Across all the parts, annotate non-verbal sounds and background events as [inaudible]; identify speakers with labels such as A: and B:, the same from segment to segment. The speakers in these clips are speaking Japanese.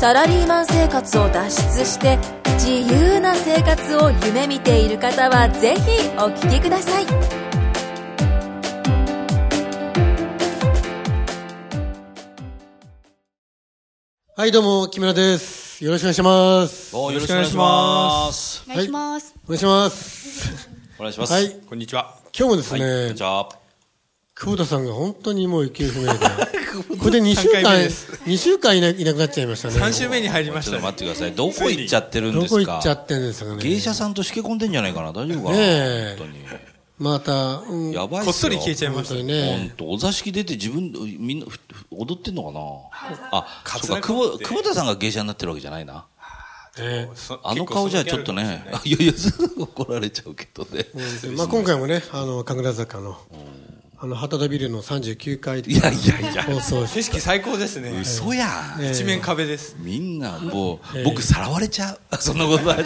A: サラリーマン生活を脱出して自由な生活を夢見ている方はぜひお聞きください
B: はい、どうも、木村です。よろしくお願いします。
C: どうもよろしくお願いします。
D: お願いします。
B: お願いします。
C: お願いします。
B: はい
C: こんにちは。
B: 今日もですね、
C: はい、こんにちは。
B: 久保田さんが本当にもう勢い不明で。これで2週間
E: 三回目で、
B: 二週間いないなくなっちゃいましたね。
E: 3週目に入りまし
C: ちょったと待
E: ね
C: ってください。どこ行っちゃってるん
B: ど
C: ですか
B: こ行っちゃってんですかね。
C: 芸者さんとしけ込んでんじゃないかな大丈夫か
B: ね
C: な、
B: え
C: 本
B: また、うん
C: 当に。やばい
E: こ
C: っ
E: っ
C: す
E: そ
C: よ。
E: り消えちゃいま
B: 本
E: し
B: 当
E: た
B: に
C: 本
B: ね。
C: 当お座敷出て自分、みんな、ふふ踊ってんのかなあ、
E: カツ
C: そ
E: ラ
C: うか、久保、
E: 被って
C: 久保田さんが芸者になってるわけじゃないな。
B: ね
E: そ
C: あの顔じゃちょっとね、いやいや、すぐ怒られちゃうけどね。
B: まあ、今回もね、あの、神楽坂の、あの、旗田ビルの39階
C: いやいやいや、
B: 放送室
E: 景色最高ですね
C: 嘘やん。
B: ええ
E: 一面壁です
C: みんなもう、僕さらわれちゃう [laughs] そんなことは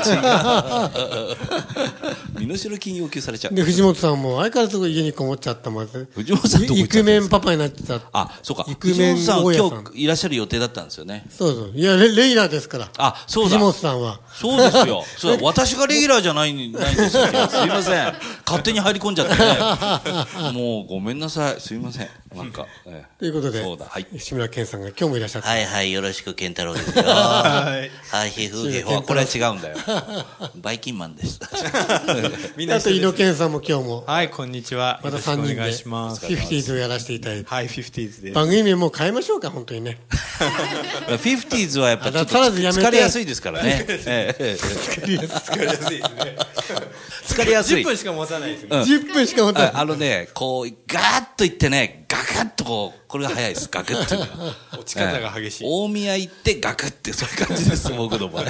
C: 違う [laughs] 身代金要求されちゃう
B: で、藤本さんも相変わらず家にこもっちゃったもんね。
C: 藤本さんどこ行
B: イ
C: っちゃ
B: ク
C: って
B: メ
C: るんで
B: ン
C: すか
B: パパになってた。
C: あそうか
B: イクメン
C: 藤本
B: 大家
C: さん
B: さん
C: 今日いらっしゃる予定だったんですよね
B: そうそう。いや、レレギュラーですから。
C: あそうだ
B: 藤本さんは。
C: そうで
B: [laughs]
C: すよそうだ私がレギュラーじゃないないんですよすいません勝手に入り込んじゃってねもうごめんなさいすいませんなんか、ええ
B: ということで、
C: そうだはい
B: 志村けんさんが今日もいらっしゃって、
C: はいはい、よろしく、健太郎です
B: [laughs]
C: よ。はい、ひふげほ。これは違うんだよ。バイキンマ
B: [laughs]
C: ンです。 [laughs]
E: みんな
B: あと
E: 一
B: 井
E: 緒
B: 野
E: です
B: 健さんも今日も、
E: はいこんにちは
B: また
E: よろしく
B: 3人で、
E: お願いします
B: フィフティーズをやらせていただいて、
E: はいフィフティーズです [laughs]
B: 番組名もう変えましょうか、本当にね。
C: フィフティーズはやっぱちょっと
B: あだからずやめて
C: 疲れやすいですから
B: [laughs]
C: ね。ええ
E: 疲れやすいですね
C: 疲れやすい
E: 10。分しか持たないですね
C: うん
B: 10分しか持た
C: あ
B: ない。
C: あのね、こう、ガーッといってね、ガクッとこう、これが早いです、ガクッと。
E: 落ち方が激しい
C: ええ大宮行ってガクッて、そういう感じです、僕の場合。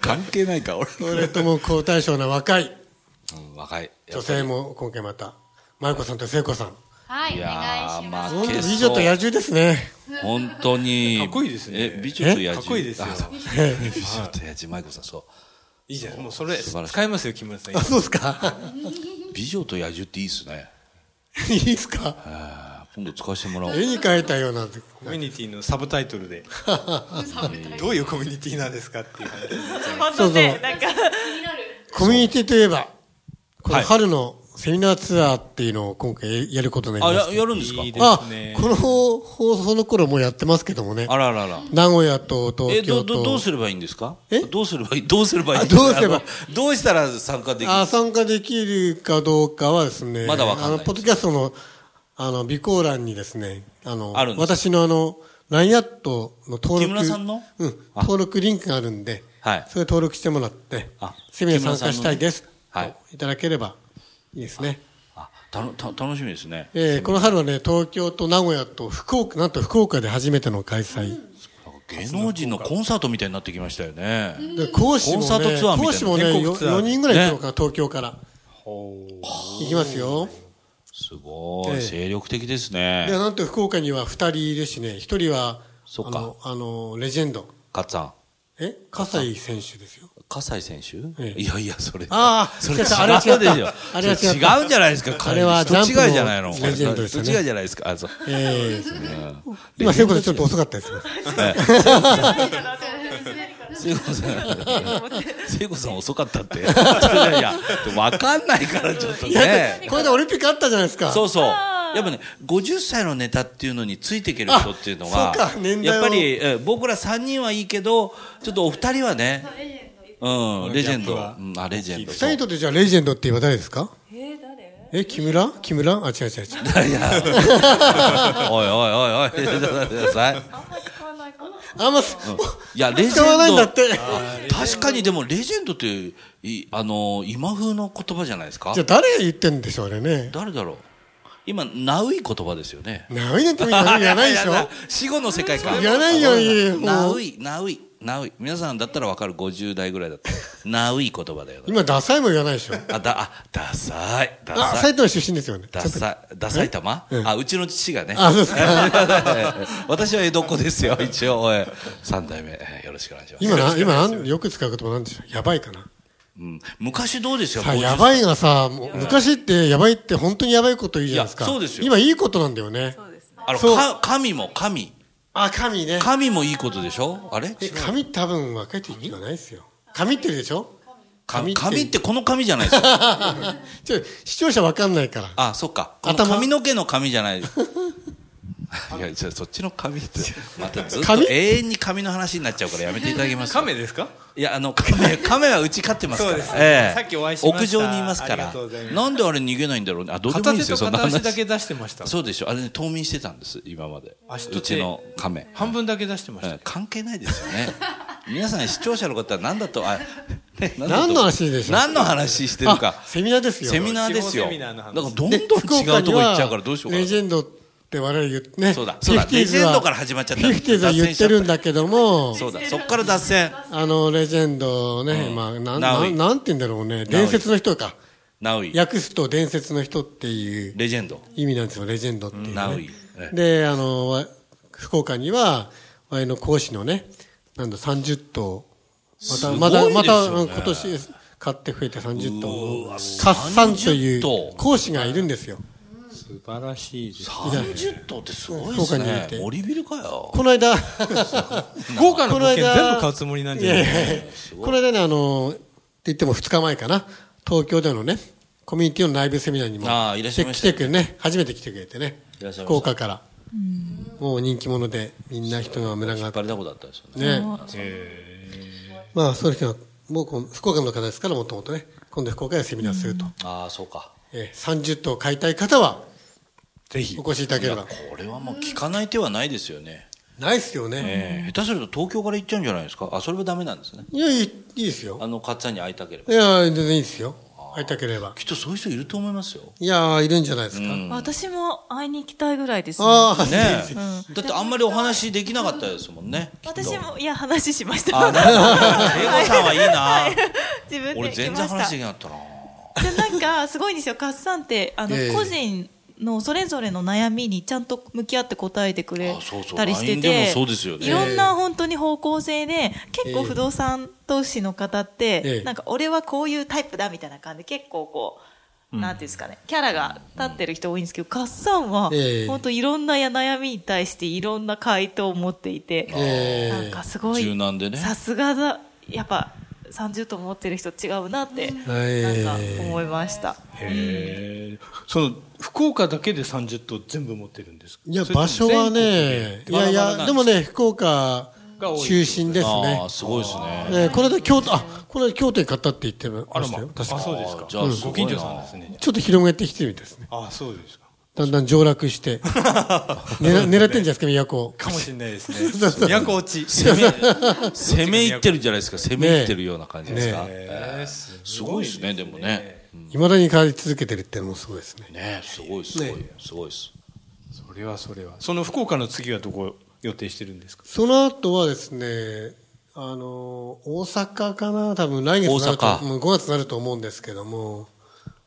C: 関係ないか、俺。
B: それとも高対象な若い
C: うん、若い。
B: 女性も今回また、舞子さんと聖子さん。
D: はい、
C: い
D: お
C: やー、
D: 願いします。
B: 本当
C: まあ、負け
B: に
C: そう
B: 美女と野獣ですね。
C: 本当に。
E: かっこいいですね
C: え、美女と野獣。
E: かっこいいですよ
C: あそう美女と野獣、舞子さん、そう。
E: いいじゃんもうそれ
C: 素晴らしい
E: 使えますよ木村さん
B: あ、そうですか
C: 美女と野獣っていいっすね。
B: いいですか
C: あー今度使わせてもらおう。
B: 絵に描いたような。
E: コミュニティのサブタイトルでどういうコミュニティなんですかっていう話
F: 本
B: そう
F: 当
B: そう
F: ね、なんか、
B: コミュニティといえば、この
C: はい
B: 春のセミナーツアーっていうのを今回やることにな
C: あ、
B: りま
C: や
B: し
C: やるんですか
E: いいで
B: あ
E: すね、
B: この放送の頃もうやってますけどもね。
C: あららら。
B: 名古屋と
C: え
B: 東京
C: ど
B: と。
C: どどうすればいいんですか
B: え
C: どうすればいい [laughs] どうすればいい
B: あどうすれば
C: あのどうしたら参加できる
B: あ参加できるかどうかはですね、
C: まだわかんない
B: あの、ポッドキャストの、あの、備考欄にですね、あの、
C: あるんですか
B: 私のあの、ラインアットの登録。
C: 木村さんの
B: うん。
C: あ
B: 登録リンクがあるんで、
C: はい
B: それ登録してもらって
C: あ、
B: セミナー参加したいです。
C: 木村さんのね
B: といただければいいですね。
C: あたのた楽しみですね
B: えーこの春はね、東京と名古屋と福岡、なんと福岡で初めての開催。
C: なんか芸能人のコンサートみたいになってきましたよね
B: で講師もね、
C: コンサートツアーみたいな
B: 講師もね、
E: 全
B: よ
E: 国ツアー
B: 4人ぐらい行くのかな、東京から。行きますよ。
C: すご
B: ええ
C: い精力的です
B: で、
C: ね
B: なんと福岡には2人いるしね、1人は、
C: そ
B: あ
C: っか
B: の、あの、レジェンド。
C: カッツさん
B: え葛西選手ですよ。
C: 葛西選手、
B: ええ
C: いやいやそれ
B: ああ
C: それ違
B: 違
C: う
B: っ
C: でし
B: た
C: ょ
B: あれは違ったあれは違った
C: それ違うんじゃないですか
B: あれは
C: 人
B: ジャンプの
C: 違いじゃないの
B: レジェンドですよね
C: 人違いじゃないですかあそう
B: ええ今、そういうことちょっと遅かったですね。
C: 聖子さん聖子さん遅かったっていやいや分かんないからちょっとね
B: これでオリンピックあったじゃないですか。
C: そうそう。やっぱね、50歳のネタっていうのについていける人っていうのは
B: あそうか、年代を
C: やっぱり、え僕ら3人はいいけど、ちょっとお二人はね、うん、レジェンド。
E: ギャッ
C: うんあ、レジェンド。
B: 2
C: そう
B: 人にとってじゃあ、レジェンドって言えば誰ですか
F: えー、誰
B: え、木村木村あ、
C: [laughs]
B: 違う違う違う。
C: いやおいおいおいおい、ちょっと待ってください。
F: あんま使わないかな。
B: あんま、
C: いや、レジ
B: 使わないん
C: ェ
B: だ
C: ン
B: って。
C: ド。確かにでも、レジェンドって、いあの、今風の言葉じゃないですか
B: じゃあ、。誰が言ってんでしょう、あれね。
C: 誰だろう。今、ナウイ言葉ですよね。
B: 何年っても言わないでしょ
C: [laughs] 死後の世界か。
B: 言わないよいいよ
C: ナウイ、ナウイ。なうい皆さんだったらわかる50代ぐらいだったらなうい言葉だよね
B: 今、ダサいも言わないでしょ。
C: あだあダサいダ
B: あ、
C: サい
B: 埼玉出身ですよね。
C: ダサいダサい玉あうちの父がね
B: あ、そうですか。
C: [laughs] 私は江戸っ子ですよ一応えー三代目えーよろしくお願いします
B: 今な、今なん、よく使う言葉なんでしょう。やばいかな。
C: うん昔どうですよ
B: さあ、
C: 50
B: やばいがさ、もう昔ってやばいって本当にやばいこと言うじゃないですか。
C: いやそうですよ
B: 今いいことなんだよね。
F: そうですね。
C: あの
B: そう
C: か神も神
B: あ、神ね。
C: 神もいいことでしょあれ
B: え、神多分分けて意味がないですよ。神ってるでしょ神っ
C: 神
B: て
C: 神ってこの神じゃないですよ
B: ちょ、視聴者分かんないから。
C: あそっかこの
B: 頭
C: 髪の毛の神 [laughs] じゃないいやじゃあそっちの神ってまたずっと
B: 神
C: 永遠に神の話になっちゃうからやめていただけます
E: 亀ですか
C: いやあの亀亀はうち飼ってますから
E: そうです
C: ええ
E: さっきお会いしました
C: 屋上にいますか
E: あり
C: ら
E: がとうございます
C: なんであれ逃げないんだろうねあどうでもい
E: 片
C: いんで
E: 手
C: すよ
E: と
C: そんな
E: 片足だ
C: 話
E: け出してました
C: そうでしょあれね冬眠してたんです今まで
E: 足
C: う
E: と手
C: ちの亀
E: 半分だけ出してまし
C: う
E: た
C: ん関係ないですよね皆さん視聴者の方は何だとあ、ね、何
B: 何の話でしょう
C: 何の話してるか
B: あセミナーですよ。
C: セミナーですよ
E: 地方セミナ
C: だ
E: ーの
C: から
E: 話
C: どんどん違
B: で
C: うとこ
B: 福岡には
C: 行っちゃうからどうしようか
B: レジ
C: な
B: ェンドって我々言ってね。
C: そうだそうだ
B: 50は
C: レジェンドから始まっちゃった
B: フィフティーズは言ってるんだけども、
C: そうだそっから脱線
B: あの、レジェンドね、
C: うん
B: まあ、なん、
C: ナウ
B: な
C: イ
B: んなんて言うんだろうね。伝説の人か。
C: ナウイ
B: 訳すと伝説の人っていう
C: レジェンド
B: 意味なんですよ、レジェンドっていう、ね。
C: ナウイええ
B: で、あの、わ福岡には、我々の講師のね、なんだ、30頭。ますた、
C: ごい
B: また、また、
C: ですよね
B: うん今年、買って増えて30頭
C: う
B: の
C: わ、
B: カッサンとい
C: 30頭
B: う講師がいるんですよ。
E: 素晴らしいです
C: 30頭ってすごいで
B: 福
C: す
B: 岡にい
C: ね
B: て
C: 森ビルかよ
B: この間、
E: 豪華な物件
B: この間
E: 全部買うつもりなん
B: い
E: じゃな
B: や
E: い
B: いやいやこの間ね、あの、って言っても2日前かな、東京でのね、コミュニティの内部セミナーにも
C: ああいらっしゃいまし
B: 来て
C: た
B: くれね、初めて来てくれてね
C: いらっしゃいました、
B: 福岡から。もう人気者で、みんな人が群が
C: 引
B: っ
C: っ張
B: て。
C: りだこだったんですよね
B: ね。まあ、そういう人は、僕も福岡の方ですから、もともとね、今度福岡でセミナーすると。
C: ああそうか
B: えー30頭買いたい方は、
E: ぜひ
B: お越しいただ
C: い
B: けれ
C: や
B: ば。
C: これはもう聞かない手はないですよね
B: ないっすよね。
C: ええ下手すると東京から行っちゃうんじゃないですかあそれはダメなんですね
B: いや、いい、いいですよ
C: あ。のカッツァンに会いたければ
B: いや、全然いいですよ。会いたければ。
C: きっとそういう人いると思いますよ
B: いや、いるんじゃないですか。
D: 私も会いに行きたいぐらいです、ね。
B: ああ、
C: ねえ、だってあんまりお話できなかったですもんね。きっと
D: 私。も、いや、話しました。
C: あ、なる [laughs] ほど。英語さんはいい [laughs] な。
D: [laughs] 自分
C: 俺
D: で
C: 全
D: 行きま
C: 然話で
D: し
C: きなかったな。
D: た。じゃ、なんか、すごいんですよ。カッサンって、あの、
B: ええ
D: 個人のそれぞれの悩みにちゃんと向き合って答えてくれ
C: あそうそう
D: たりして
C: LINE
D: て、
C: でもそうですよね
D: いろんな本当に方向性で、結
B: え
D: 構
B: え
D: 不動産投資の方って、
B: ええ
D: なんか、俺はこういうタイプだみたいな感じで、結構こう、なんていうんですかね、キャラが立ってる人多いんですけど、カッサンは、
B: ええ
D: 本当いろんな悩みに対していろんな回答を持っていて、
B: え
D: なんかすごい
C: 柔軟でね
D: さすがだやっぱ30と持ってる人違うなってなん
B: え
D: か思いました、
E: へえその福岡だけで30頭全部持ってるんですか
B: いや、
E: それとも
B: 場所は
E: 全
B: ね、い
E: 国で
B: やい
C: バラバラなんです
B: や、でもね、福岡
E: が多い
B: 中心です
C: あ
B: ね
C: あ、。すごいです
B: [laughs]
C: ね。
B: えーこれで京都、あ、これで京都に買ったって言って
E: あ
B: ま
E: ら
B: し
E: ま
B: た
E: あ
B: よ。確か
E: あそうですか
C: じゃあ
E: うん
C: すご
E: ご
C: いな
E: 近所さんですね
B: ちょっと広げてきてるみたいですね。
E: あそうですか
B: だんだん上落して。 [laughs] 狙狙ってんじゃないですか、都を。
E: かもしれない [laughs] ですね都 [laughs] 落ち
C: 攻め、攻めいってるじゃないですか。攻めいってるような感じですか。
B: ね
C: ええすごいですね、でもね。うん
B: いまだに変わり続けてるってのもすごいですね。
C: ねすごい、すごい
B: ね、
C: すごいです。
E: それはそれはその福岡の次はどこ予定してるんですか
B: その後はですね、あの、大阪かな多分来月になると、
C: 大阪
B: もう5月になると思うんですけども。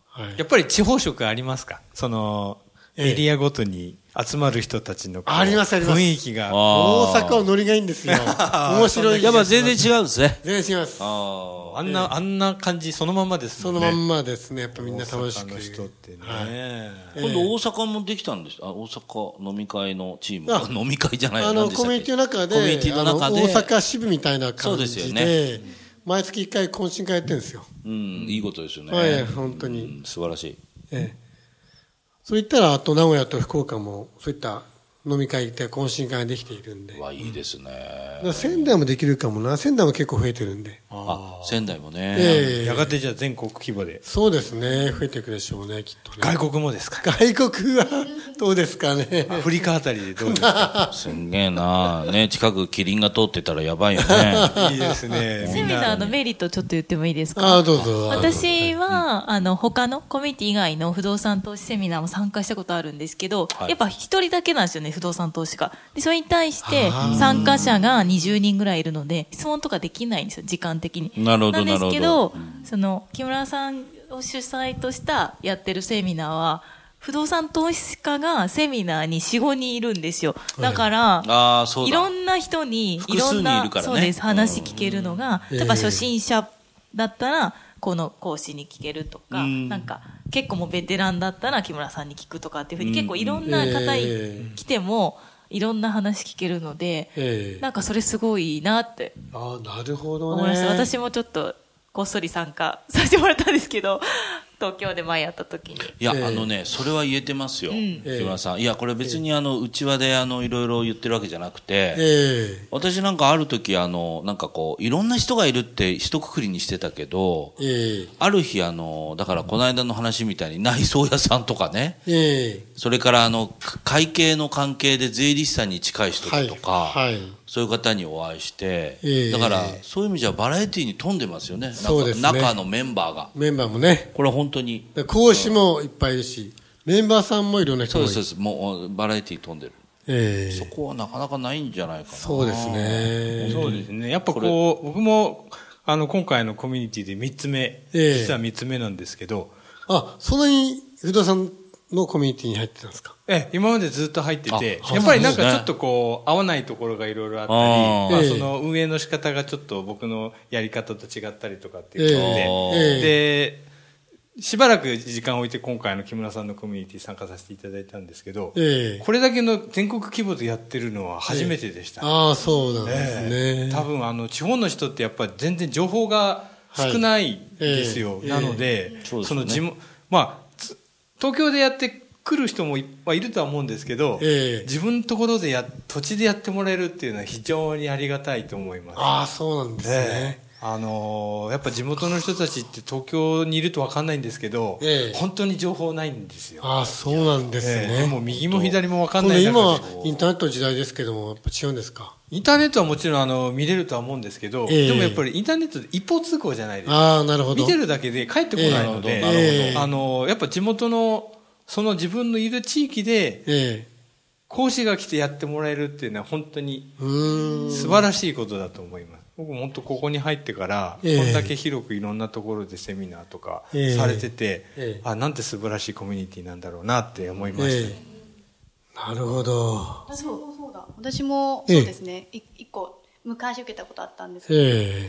B: はい。
E: やっぱり地方色ありますかその
B: ええ
E: エリアごとに集まる人たちのこう
B: ありますあります
E: 雰囲気が
C: あ
B: 大阪はノリがいいん
E: [laughs]
B: ですよ。面白い。
C: やっぱ全然違うんですね。
B: 全然違います。
C: ああ。
E: あんな、あんな感じそのまんまです
B: そ
E: も
B: の
E: んね
B: まんまですね。やっぱみんな楽し
E: 大阪
B: く。
E: の人ってね、
B: はい
C: 今度大阪もできたんです。あ、大阪飲み会のチーム。
B: あ
C: 飲み会じゃない
B: あ
C: 何
B: の、
C: でした
B: コ
C: っ
B: ミュ
C: け
B: ニティの中で、
C: コミュニティの中で。
B: あの大阪支部みたいな感
C: そうですよ
B: じ
C: ね
B: で、毎月一回懇親会やってるんですよ。
C: うん、いいことですよね。
B: はい本当に
C: うん素晴らしい。
B: ええ。そういったら、あと名古屋と福岡も、そういった飲み会で懇親会ができているんで。だか
C: わいいですね。
B: ら仙台もできるかもな。仙台も結構増えてるんで。
C: あ、仙台もね。
B: ええ
E: やがてじゃあ全国規模で
B: そうですね。増えていくでしょうね、きっとね。
E: 外国もですか
B: 外国はどうですか
C: [laughs]
B: ね。
E: アフリカあたりでどうですか
C: すんげえな
B: [laughs]
C: ね、近くキリンが通ってたらやばいよね。
E: いいです
D: [laughs]
E: ね
D: セミナーのメリットちょっと言ってもいいですか
B: ああ、どうぞ。
D: 私は、あの、他のコミュニティ以外の不動産投資セミナーも参加したことあるんですけど、
C: はい
D: やっぱ一人だけなんですよね、で不動産投資が。で、それに対して
B: あー
D: 参加者が20人ぐらいいるので、質問とかできないんですよ、時間的に。
C: なるほど
D: んですけ
C: なるほ
D: ど、その、木村さんを主催としたやってるセミナーは、不動産投資家がセミナーに4、5人いるんですよ。だから、
C: ああ、そうだ。
D: いろんな人に、い
C: 複
D: ろ
C: 数
D: ん
C: 人い
D: な、
C: るからね
D: そうです、話聞けるのが、
B: うん
D: 例えば初心者だったら、この講師に聞けるとか、
C: うん
D: なんか、結構もうベテランだったら木村さんに聞くとかっていうふうに、
C: うん
D: 結構いろんな方
B: え
D: に来ても、いろんな話聞けるので、
B: ええ
D: なんかそれすごいいいなって
B: ああ、なるほど
D: 思
B: ね
D: い。ました。私もちょっと、こっそり参加させてもらったんです
B: [laughs]
D: けど、東京で前やった時に。
C: いや、
B: ええ
C: あのね、それは言えてますよ、
D: ん
C: 木村さん。いや、これ別にあの、内輪であの、いろいろ言ってるわけじゃなくて、
B: ええ
C: 私なんかある時あの、なんかこう、いろんな人がいるって一括りにしてたけど、
B: ええ
C: ある日あの、だからこの間の話みたいに内装屋さんとかね、
B: ええ
C: それからあの、か会計の関係で税理士さんに近い人だとか、
B: はいはい
C: そういう方にお会いして、
B: ええ
C: だからそういう意味じゃバラエティに富んでますよね。なんか
B: そうですね
C: 中のメンバーが。
B: メンバーもね、
C: これは本当に。
B: 講師もいっぱいいるし、メンバーさんもいろんな人
C: そう
B: が
C: で
B: いる
C: す、そうです。もうバラエティ飛んでる。
B: ええ
C: そこはなかなかないんじゃないかな。
B: そうですね。
E: そうですね。やっぱこう、僕も、あの、今回のコミュニティで3つ目、
B: ええ
E: 実は3つ目なんですけど、
B: あ、そんなに、不動産のコミュニティに入ってたんですか
E: ええ、今までずっと入ってて、
C: あ
E: やっぱりなん
C: そうで
E: か
C: す
E: ち
C: ね
E: ょっとこう、合わないところがいろいろあった
C: あ
E: り、まあ
B: ええ
E: その運営の仕方がちょっと僕のやり方と違ったりとかっ
B: え
E: ていうので、
B: ええ
E: で、しばらく時間を置いて今回の木村さんのコミュニティ参加させていただいたんですけど、
B: ええ
E: これだけの全国規模でやってるのは初めてでした。
B: ああ、そうなんです
E: え
B: ね。
E: え多分あの地方の人ってやっぱり全然情報が少ないです
B: は
E: よ、
B: いええ
E: なので、
C: そうですね
E: その地元まあつ東京でやって来る人もい,、まあ、いるとは思うんですけど、
B: ええ
E: 自分のところでや土地でやってもらえるっていうのは非常にありがたいと思います
B: ああ、そうなんです
E: え
B: ね。
E: えあのーやっぱ地元の人たちって東京にいると分かんないんですけど、
B: ええ
E: 本当に情報ないんですよ、
B: ああ、そうなんです
E: ええもう
B: ね。
E: 右も左も分か
B: 今
E: ん
B: 度
E: ない
B: 今は
E: でこう
B: インターネットの時代ですけども、やっぱ違うんですか
E: インターネットはもちろんあの見れるとは思うんですけど、
B: ええ
E: でもやっぱりインターネットで一方通行じゃないですか。
B: ああ、なるほど。
E: 見てるだけで帰ってこないので、
B: ええええ
E: あの、やっぱ地元の、その自分のいる地域で、
B: え
E: 講師が来てやってもらえるっていうのは本当に
B: えうーん。
E: 素晴らしいことだと思います。僕も本当ここに入ってから、
B: ええ
E: こんだけ広くいろんなところでセミナーとか
B: ええ
E: されてて、
B: ええ
E: あ、なんて素晴らしいコミュニティなんだろうなって思いました。
B: ええなるほど。
F: 私もそうだ。私も
B: ええ
F: そうですね。い一個昔受けたことあったんですけど、
B: え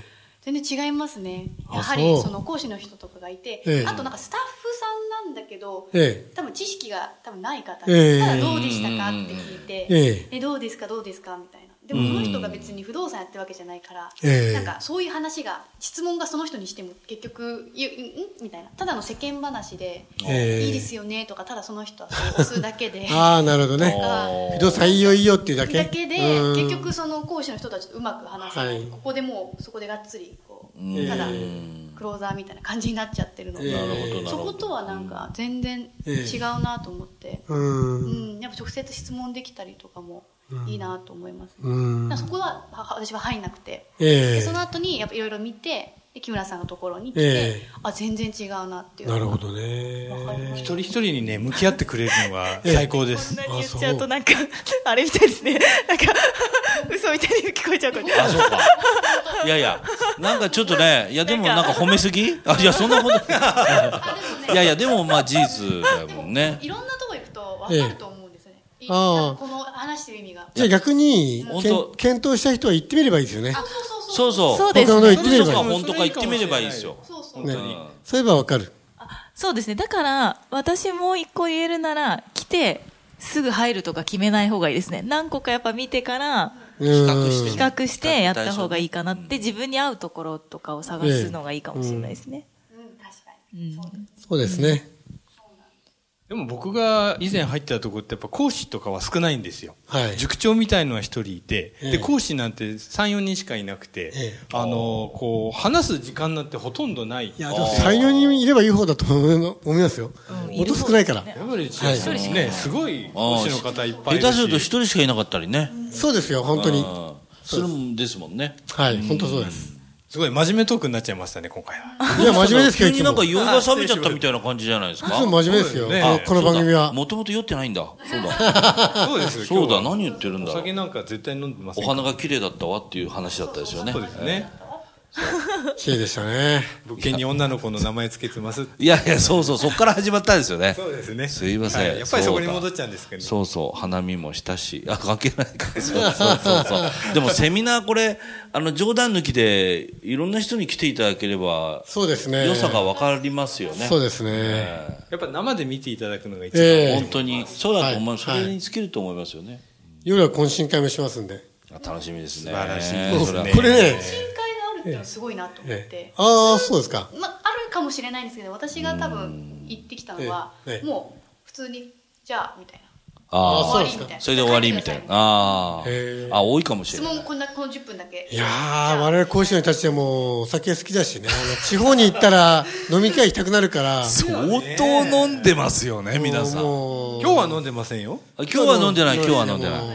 B: え
F: 全然違いますね。
B: あ
F: やはり
B: そう
F: その講師の人とかがいて、
B: ええ
F: あとなんかスタッフさんなんだけど、
B: え
F: 多分知識が多分ない方
B: ええ
F: に、ただどうでしたかって聞いて、
B: え
F: えどうですかどうですかみたいな。でもその人が別に不動産やってるわけじゃないから、
B: ええ
F: なんかそういう話が質問がその人にしても結局いんみたいなただの世間話で、
B: ええ
F: いいですよねとかただその人はそう押すだけで
B: え [laughs] ああ、なるほどね。不動産いいよいいよっていうだけ。
F: だけで
B: うん
F: 結局その講師の人たちとうまく話せな
B: は
F: い、
B: い
F: ここでもうそこでがっつりこう、
B: ええ
F: ただクローザーみたいな感じになっちゃってるので、
B: なるほどなるほど
F: そことはなんか全然違うなと思って、
B: う。
F: うんん、やっぱ直接質問できたりとかもいいなと思います、ね
B: うん
F: だからそこはは私は入んなくて、
B: ええ
F: でその後にやっぱいろいろ見てで木村さんのところに来て、
B: ええ
F: あ全然違うなっていう
B: なるほ
F: ど
B: どね。
E: 一人一人にね、向き合ってくれるのが最高で
D: こん
E: す。
D: なに
B: あ
D: 言っちゃう
B: そ
D: と
B: う
D: なんか [laughs] あれみたいですねなんか [laughs] 嘘みたいに聞こえちゃうから
C: あ、そうか。いやいや、なんかちょっとね、いやでもなんか褒めすぎあ、いや、そんなこと。いやいや、でもまあ事実だもんね。
F: いろんなとこ行くと分かると思うんですよね、い
B: ああ
F: この話してる意味が
B: じゃあ逆に
C: 本、
B: け
C: 当
B: ん検討した人は行ってみればいいですよね
F: あ。そうそうそ
C: そううそう。
D: そうですね
B: 他の行ってみれば
C: 嘘か
B: いい。
C: 本当か言ってみればいいですよ。
F: そうそう
B: ね
C: 当に、
B: そういえばわかる。
D: そうですね。だから、私も一個言えるなら、来て、すぐ入るとか決めない方がいいですね。何個かやっぱ見てから、
B: 比
C: 較して
D: 比較してやった方がいいかなって、自分に合うところとかを探すのがいいかもしれないですね。
F: うん確か
D: う
F: に
D: ん。
B: そうですね。
E: でも僕が以前入ってたところってやっぱ講師とかは少ないんですよ。
B: はい。
E: 塾長みたいのは一人いて、
B: ええ
E: で講師なんて34人しかいなくて、
B: ええ
E: あのこう話す時間なんてほとんどない
B: いや、でも採用にいればいい方だと思いますよ。音少ないから。
E: やっぱり、
B: はい一人しかいない
E: ねすごい
C: あー
E: 講師の方いっぱ
C: 下
E: いいる
C: 手
E: し
C: すると一人しかいなかったりね。
B: そうですよ、本当に。
C: うんするんですもんね。
B: はい、本当そうです。
E: すごい真面目トークになっちゃいましたね、今回
B: [laughs]
E: は。
B: いや、真面目ですけど、
C: 急
B: いつ
C: に
B: も
C: なんか酔いが冷めちゃったみたいな感じじゃないですか。
B: いつも真面目ですよ、
E: そうだよね
B: このこの番組は。
C: もともと酔ってないんだ。そ
B: [laughs]
C: うだ。
E: そうです
C: そうだ、
E: 今日は
C: 何言ってるんだ
E: お。酒なんか絶対飲んでませ
C: お
E: ん
C: 花
E: が。
C: が綺麗だったわっていう話だったですよね
E: そ。うですね。
B: 綺麗でしたね。
E: 物件に女の子の名前つけてます。
C: いやいや、そうそう、そっから始まったんですよね。
E: そうですね。
C: すいません
E: はやっぱりそこに
C: そうだ
E: 戻っちゃうんですけどね。
C: そうそう、花見もしたし、あ、関係ないか。そうそうそうそう。でもセミナーこれ、あの、冗談抜きで、いろんな人に来ていただければ、
B: そうですね。
C: 良さがわかりますよね。
B: そうですね。
E: やっぱ生で見ていただくのが一番。
B: ええ
C: 本当に。そうだと思う。
B: はい
C: それに尽きると思いますよね。
B: 夜は懇親会もしますんで。
C: あ楽しみですね。
E: 素晴らしいですね
C: それは
B: これね、
F: 深海があるっていうのはすごいなと思っ
B: え
F: て
B: え、ああ、そうですか。
F: まあ、あるかもしれないんですけど私が多分行ってきたのは、
B: ええええ
F: もう普通にじゃあみたいな
C: あ
B: そう
C: あ
B: で、すか
F: みたいな
C: それで終わりみたいな。あ
B: へー
C: あ。あ、多いかもし
F: 質
C: れない
F: 問。こんなこの10分だけ
B: いやー、我々講師の人たちはもうお酒好きだしね。あの地方に行った [laughs] ら飲み会行きたくなるから。
C: 相当飲んでますよね、皆さん。あ
B: もう
E: 今日は飲んでませんよ。
C: 今日は飲んでない、今日は飲んでない。
E: はい。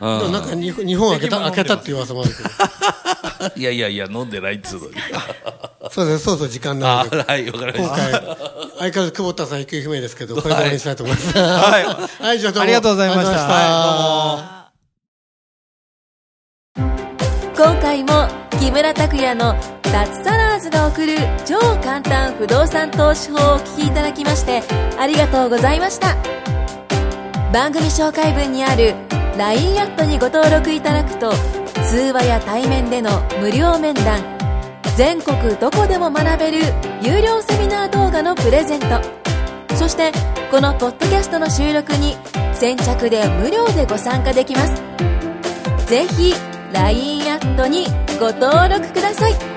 C: うん
B: でもなんか日本日本開けた、
E: 最近も飲んでます
B: 開けたっていう噂もある
C: [laughs]
B: けど。
C: いやいやいや、飲んでないっつうのに。
B: そうですね、そうそう時間な
C: あ
B: ので。
C: はい、わかり
B: 今
C: まし
B: 回、
C: [laughs]
B: 相変わらず久保田さん行方不明ですけど、これで終わりにしたいと思い
C: [laughs]
B: ます。はい。はい、じゃあどうも。
E: ありがとうございました
B: ありがとうございました
A: 今回も木村拓哉の脱サラーズが送る超簡単不動産投資法をお聞きいただきましてありがとうございました番組紹介文にある LINE アットにご登録いただくと通話や対面での無料面談全国どこでも学べる有料セミナー動画のプレゼントそしてこのポッドキャストの収録に先着で無料でご参加できますぜひ LINE アットにご登録ください